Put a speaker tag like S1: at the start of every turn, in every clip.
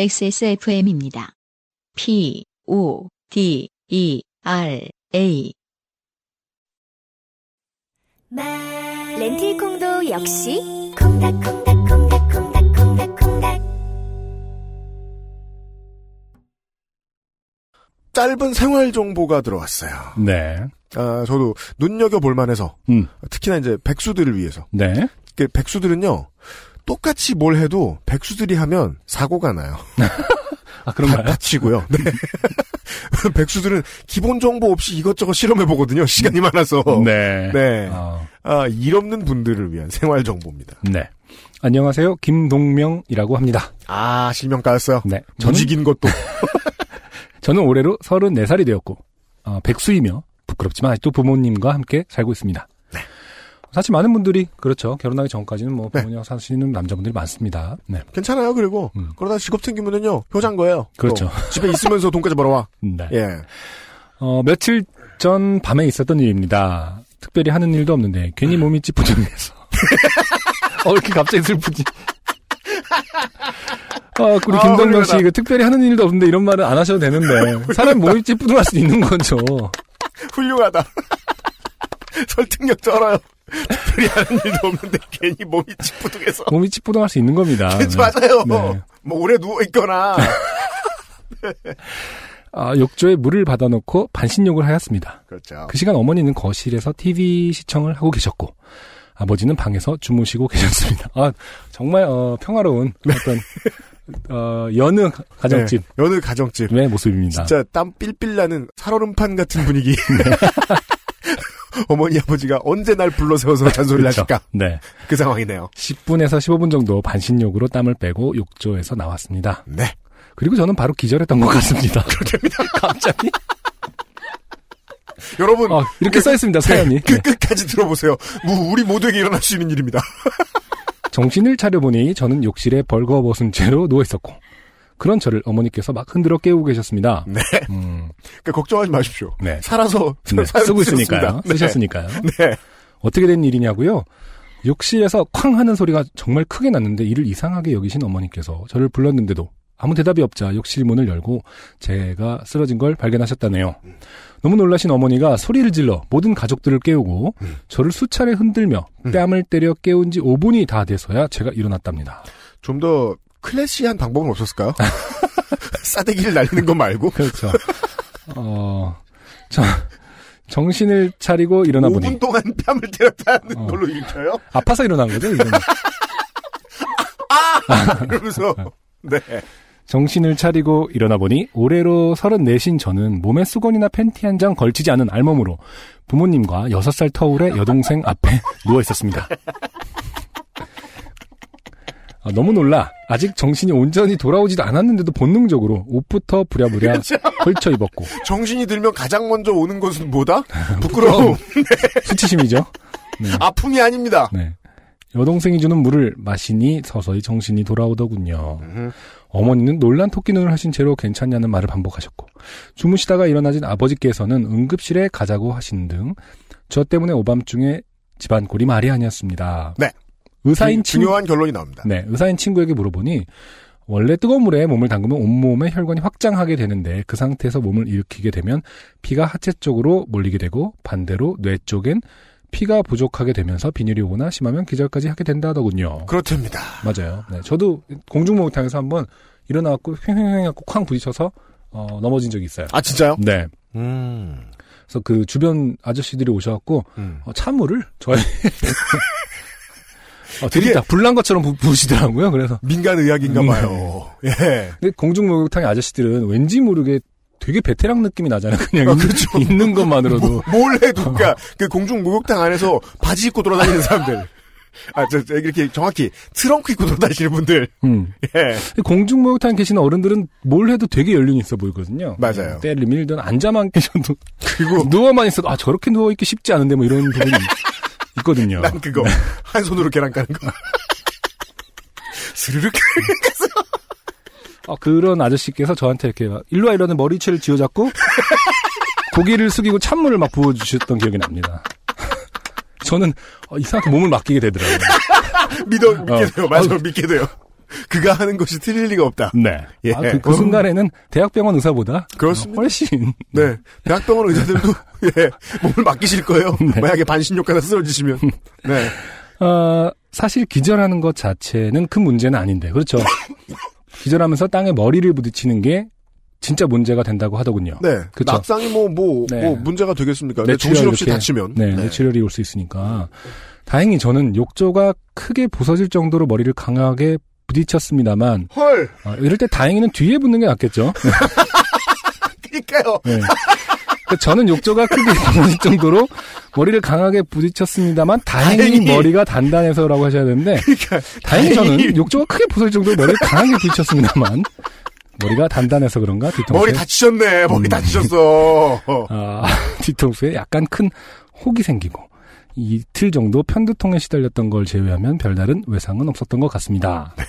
S1: XSFM입니다. P, O, D, E, R, A.
S2: 렌틸콩도 역시 콩닥콩닥콩닥콩닥콩닥콩닥
S3: 짧은 생활 정보가 들어왔어요.
S4: 네.
S3: 아, 저도 눈여겨 볼 만해서
S4: 음.
S3: 특히나 이제 백수들을 위해서.
S4: 네.
S3: 그 백수들은요. 똑같이 뭘 해도 백수들이 하면 사고가 나요.
S4: 아,
S3: 다
S4: 그런가요?
S3: 다치고요. 네. 백수들은 기본 정보 없이 이것저것 실험해 보거든요. 시간이 많아서.
S4: 네.
S3: 네.
S4: 어,
S3: 아, 일 없는 분들을 위한 생활 정보입니다.
S4: 네. 안녕하세요. 김동명이라고 합니다.
S3: 아, 실명가였어요.
S4: 네. 저는,
S3: 저직인 것도.
S4: 저는 올해로 34살이 되었고, 어, 백수이며, 부끄럽지만 아직도 부모님과 함께 살고 있습니다. 사실 많은 분들이, 그렇죠. 결혼하기 전까지는 뭐,
S3: 네.
S4: 부모님과 사시는 남자분들이 많습니다. 네.
S3: 괜찮아요, 그리고.
S4: 음.
S3: 그러다 직업 생기면은요, 효자인 거예요.
S4: 그렇죠.
S3: 또 집에 있으면서 돈까지 벌어와.
S4: 네.
S3: 예.
S4: 어, 며칠 전 밤에 있었던 일입니다. 특별히 하는 일도 없는데 괜히
S3: 아.
S4: 몸이 찌뿌둥해서. 어, 이렇게 갑자기 슬프지. 어, 우리
S3: 아,
S4: 김동경 씨,
S3: 훌륭하다.
S4: 그 특별히 하는 일도 없는데 이런 말은 안 하셔도 되는데. 사람 몸이 찌뿌둥할 수 있는 거죠.
S3: 훌륭하다. 설득력 쩔어요. 특별히 하는 일도 없는데 괜히 몸이 찌뿌둥해서.
S4: 몸이 찌뿌둥할 수 있는 겁니다.
S3: 그렇죠,
S4: 네.
S3: 맞아요.
S4: 네.
S3: 뭐 오래 누워있거나.
S4: 아, 욕조에 물을 받아놓고 반신욕을 하였습니다.
S3: 그렇죠.
S4: 그 시간 어머니는 거실에서 TV 시청을 하고 계셨고, 아버지는 방에서 주무시고 계셨습니다. 아, 정말, 어, 평화로운 어떤, 어, 여느 가정집의
S3: 네, 여느
S4: 음.
S3: 가정집.
S4: 모습입니다.
S3: 진짜 땀 삘삘 나는 살얼음판 같은 분위기. 어머니 아버지가 언제 날 불러세워서 잔소리를
S4: 네. 그렇죠.
S3: 하실까
S4: 네.
S3: 그 상황이네요.
S4: 10분에서 15분 정도 반신욕으로 땀을 빼고 욕조에서 나왔습니다.
S3: 네.
S4: 그리고 저는 바로 기절했던 것 같습니다.
S3: 그렇죠.
S4: 그렇습니다. 갑자기?
S3: 여러분
S4: 어, 이렇게 써있습니다, 사연이.
S3: 그
S4: 네.
S3: 끝까지 들어보세요. 뭐 우리 모두에게 일어날 수 있는 일입니다.
S4: 정신을 차려보니 저는 욕실에 벌거벗은 채로 누워있었고, 그런 저를 어머니께서 막 흔들어 깨우고 계셨습니다.
S3: 네.
S4: 음,
S3: 그러니까 걱정하지 마십시오.
S4: 네.
S3: 살아서
S4: 네,
S3: 사연을
S4: 쓰고
S3: 쓰셨습니다.
S4: 있으니까요.
S3: 네.
S4: 쓰셨으니까요.
S3: 네.
S4: 어떻게 된 일이냐고요? 욕실에서 쾅 하는 소리가 정말 크게 났는데 이를 이상하게 여기신 어머니께서 저를 불렀는데도 아무 대답이 없자 욕실 문을 열고 제가 쓰러진 걸 발견하셨다네요. 너무 놀라신 어머니가 소리를 질러 모든 가족들을 깨우고
S3: 음.
S4: 저를 수차례 흔들며 뺨을 때려 깨운 지 5분이 다 돼서야 제가 일어났답니다.
S3: 좀 더 클래시한 방법은 없었을까요? 싸대기를 날리는 거 말고
S4: 그렇죠. 어, 저, 정신을 차리고 일어나
S3: 5분
S4: 보니
S3: 동안 뺨을 때렸다는
S4: 어.
S3: 걸로 읽혀요.
S4: 아파서 일어난 거죠, 이거는.
S3: 이러면서 네.
S4: 정신을 차리고 일어나 보니 올해로 34신 저는 몸에 수건이나 팬티 한 장 걸치지 않은 알몸으로 부모님과 6살 터울의 여동생 앞에 누워 있었습니다. 아, 너무 놀라 아직 정신이 온전히 돌아오지도 않았는데도 본능적으로 옷부터 부랴부랴 걸쳐 입었고
S3: 정신이 들면 가장 먼저 오는 것은 뭐다? 부끄러움.
S4: 수치심이죠.
S3: 아픔이 아닙니다.
S4: 네. 여동생이 주는 물을 마시니 서서히 정신이 돌아오더군요.
S3: 음.
S4: 어머니는 놀란 토끼 눈을 하신 채로 괜찮냐는 말을 반복하셨고 주무시다가 일어나진 아버지께서는 응급실에 가자고 하신 등 저 때문에 오밤중에 집안 꼴이 말이 아니었습니다.
S3: 네.
S4: 의사인
S3: 중-
S4: 친구
S3: 중요한 결론이 나옵니다.
S4: 네, 의사인 친구에게 물어보니 원래 뜨거운 물에 몸을 담그면 온몸의 혈관이 확장하게 되는데 그 상태에서 몸을 일으키게 되면 피가 하체 쪽으로 몰리게 되고 반대로 뇌 쪽엔 피가 부족하게 되면서 빈혈이 오거나 심하면 기절까지 하게 된다 하더군요.
S3: 그렇답니다. 목욕탕
S4: 맞아요. 네, 저도 공중목욕탕에서 한번 일어나갖고 휑휑휑 갖고 쾅 부딪혀서 어, 넘어진 적이 있어요.
S3: 아 진짜요?
S4: 네.
S3: 음.
S4: 그래서 그 주변 아저씨들이 오셔갖고
S3: 음.
S4: 어, 차물을 저희 어,
S3: 되게-
S4: 들이다 불난 것처럼 부- 부으시더라고요. 그래서
S3: 민간 의학인가
S4: 음.
S3: 봐요. 예.
S4: 근데 공중목욕탕의 아저씨들은 왠지 모르게 되게 베테랑 느낌이 나잖아요. 그렇죠. 그냥 있, 는 것만으로도.
S3: 뭘 해도 그러니까 그 공중 목욕탕 안에서 바지 입고 돌아다니는 사람들. 아, 저, 저 이렇게 정확히 트렁크 입고 돌아다니시는 분들.
S4: 음.
S3: 예.
S4: 근데 공중목욕탕에 계시는 어른들은 뭘 해도 되게 연륜이 있어 보이거든요.
S3: 맞아요.
S4: 때를 밀든 앉아만 계셔도
S3: 그리고
S4: 누워만 있어도 아 저렇게 누워 있기 쉽지 않은데 뭐 이런 부분이 있거든요.
S3: 난 그거 한 손으로 계란 까는 거. 스르륵.
S4: 어, 그런 아저씨께서 저한테 이렇게 막 일로 와 이러는 머리채를 쥐어잡고 고개를 숙이고 찬물을 막 부어주셨던 기억이 납니다. 저는 어, 이상하게 몸을 맡기게 되더라고요.
S3: 믿어 믿게
S4: 어.
S3: 돼요. 맞아 요 믿게 돼요. 그가 하는 것이 틀릴 리가 없다.
S4: 네.
S3: 예.
S4: 아, 그, 그 순간에는 대학병원 의사보다
S3: 그렇습니다.
S4: 훨씬
S3: 네. 대학병원 의사들도, 예, 몸을 맡기실 거예요.
S4: 네.
S3: 만약에 반신욕하다 쓰러지시면.
S4: 음.
S3: 네.
S4: 어, 사실 기절하는 것 자체는 큰 문제는 아닌데 그렇죠. 기절하면서 땅에 머리를 부딪히는 게 진짜 문제가 된다고 하더군요.
S3: 네.
S4: 그쵸.
S3: 낙상이 뭐, 뭐,
S4: 네.
S3: 뭐, 문제가 되겠습니까?
S4: 뇌출혈
S3: 정신없이
S4: 이렇게.
S3: 다치면.
S4: 네, 뇌출혈이 올 수 있으니까 다행히 저는 욕조가 크게 부서질 정도로 머리를 강하게 부딪혔습니다만
S3: 헐!
S4: 아, 이럴 때 다행히는 뒤에 붙는 게 낫겠죠.
S3: 그니까요.
S4: 네. 그 저는 욕조가 크게 부서질 정도로 머리를 강하게 부딪혔습니다만 다행히
S3: 다행히.
S4: 머리가 단단해서라고 하셔야 되는데
S3: 그니까,
S4: 다행히 저는
S3: 다행히.
S4: 욕조가 크게 부서질 정도로 머리를 강하게 부딪혔습니다만 머리가 단단해서 그런가 뒤통수에
S3: 머리 다치셨네. 머리
S4: 음.
S3: 다치셨어. 어.
S4: 아, 뒤통수에 약간 큰 혹이 생기고 이틀 정도 편두통에 시달렸던 걸 제외하면 별다른 외상은 없었던 것 같습니다.
S3: 네.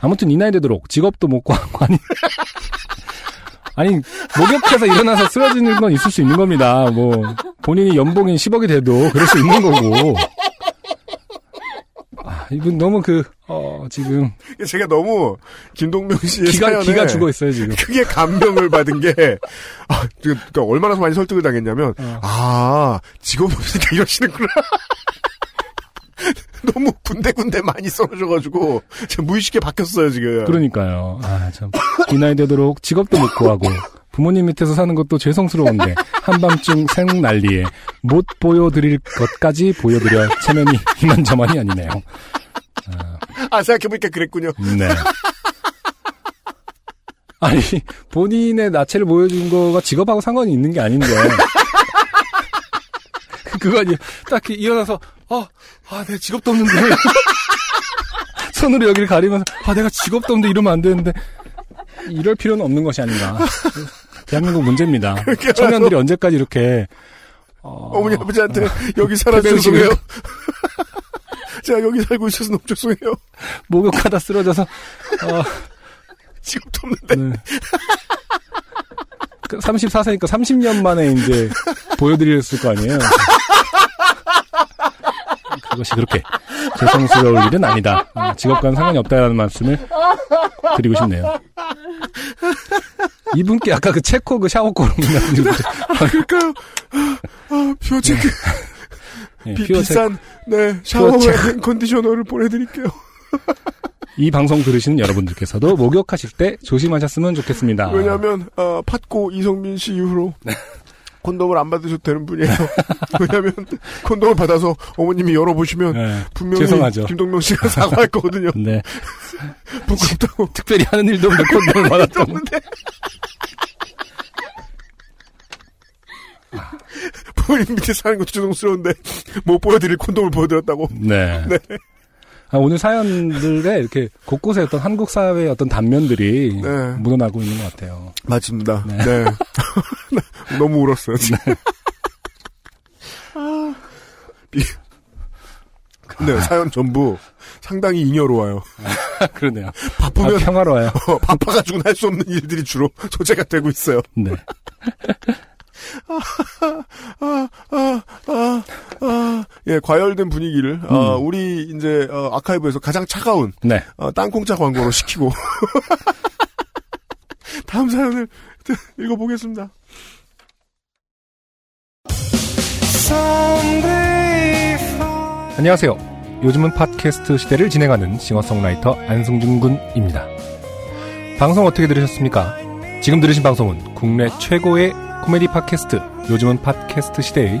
S4: 아무튼 이 나이 되도록 직업도 못 구하고 아니 아니 목욕해서 일어나서 쓰러지는 건 있을 수 있는 겁니다. 뭐 본인이 연봉이 10억이 돼도 그럴 수 있는 거고. 아, 이분 너무 그, 어, 지금,
S3: 제가 너무, 김동명 씨의
S4: 기가,
S3: 사연에
S4: 기가 죽어 있어요, 지금.
S3: 크게 감명을 받은 게, 아, 지금, 그러니까 얼마나 많이 설득을 당했냐면,
S4: 어.
S3: 아, 직업 없으니까 이러시는구나. 너무 군데군데 많이 써주셔가지고, 제가 무의식에 박혔어요, 지금.
S4: 그러니까요. 아, 참. 이 나이 되도록 직업도 못 구하고, 부모님 밑에서 사는 것도 죄송스러운데, 한밤중 생난리에 못 보여드릴 것까지 보여드려 체면이 이만저만이 아니네요.
S3: 아, 생각해보니까 그랬군요.
S4: 네. 아니, 본인의 나체를 보여준 거가 직업하고 상관이 있는 게 아닌데. 그거 니 딱히 일어나서, 어, 아, 내가 직업도 없는데. 손으로 여기를 가리면서, 아, 내가 직업도 없는데 이러면 안 되는데. 이럴 필요는 없는 것이 아닌가. 대한민국 문제입니다. 청년들이 언제까지 이렇게,
S3: 어... 머니 아버지한테, 여기 살아서
S4: 택배를
S3: 죄송해요. 제가 여기 살고 있어서 너무 죄송해요.
S4: 목욕하다 쓰러져서, 어,
S3: 직업도 없는데.
S4: 네. 그 34세니까 30년 만에 이제 보여드렸을 거 아니에요. 그것이 그렇게 죄송스러울 일은 아니다. 어, 직업과는 상관이 없다라는 말씀을 드리고 싶네요. 이분께 아까 그 체코 그 샤워 고름
S3: 그러니까요.
S4: 네.
S3: 아, 뷰체크, 비, 비싼, 네,
S4: 퓨어체크.
S3: 샤워웨어 컨디셔너를 보내드릴게요.
S4: 이 방송 들으시는 여러분들께서도 목욕하실 때 조심하셨으면 좋겠습니다.
S3: 왜냐면 어, 팟고 이성민 씨 이후로
S4: 네.
S3: 콘돔을 안 받으셔도 되는 분이에요. 왜냐면 콘돔을 받아서 어머님이 열어보시면
S4: 네,
S3: 분명히
S4: 죄송하죠.
S3: 김동명 씨가 사과할 거거든요.
S4: 네.
S3: 부끄럽다고.
S4: 특별히 하는 일도 없는 콘돔을 받았던
S3: 없는데.
S4: 아.
S3: 부모님 밑에 사는 것도 죄송스러운데 못 보여드릴 콘돔을 보여드렸다고.
S4: 네. 아, 오늘 사연들에 이렇게 곳곳에 어떤 한국 사회의 어떤 단면들이
S3: 네.
S4: 묻어나고 있는 것 같아요.
S3: 맞습니다. 네. 너무 울었어요. 지금. 네, 사연 전부 상당히 잉여로워요.
S4: 아, 그러네요.
S3: 바쁘면
S4: 아, 평화로워요.
S3: 어, 바빠가지고는 할 수 없는 일들이 주로 소재가 되고 있어요.
S4: 네.
S3: 아, 아, 아, 아. 예, 과열된 분위기를, 아, 우리 이제, 어, 아카이브에서 가장 차가운,
S4: 네.
S3: 어, 땅콩차 광고로 시키고. 다음 사연을 읽어보겠습니다.
S4: 안녕하세요. 요즘은 팟캐스트 시대를 진행하는 싱어송라이터 안승준 군입니다. 방송 어떻게 들으셨습니까? 지금 들으신 방송은 국내 최고의 코미디 팟캐스트 요즘은 팟캐스트 시대의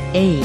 S1: A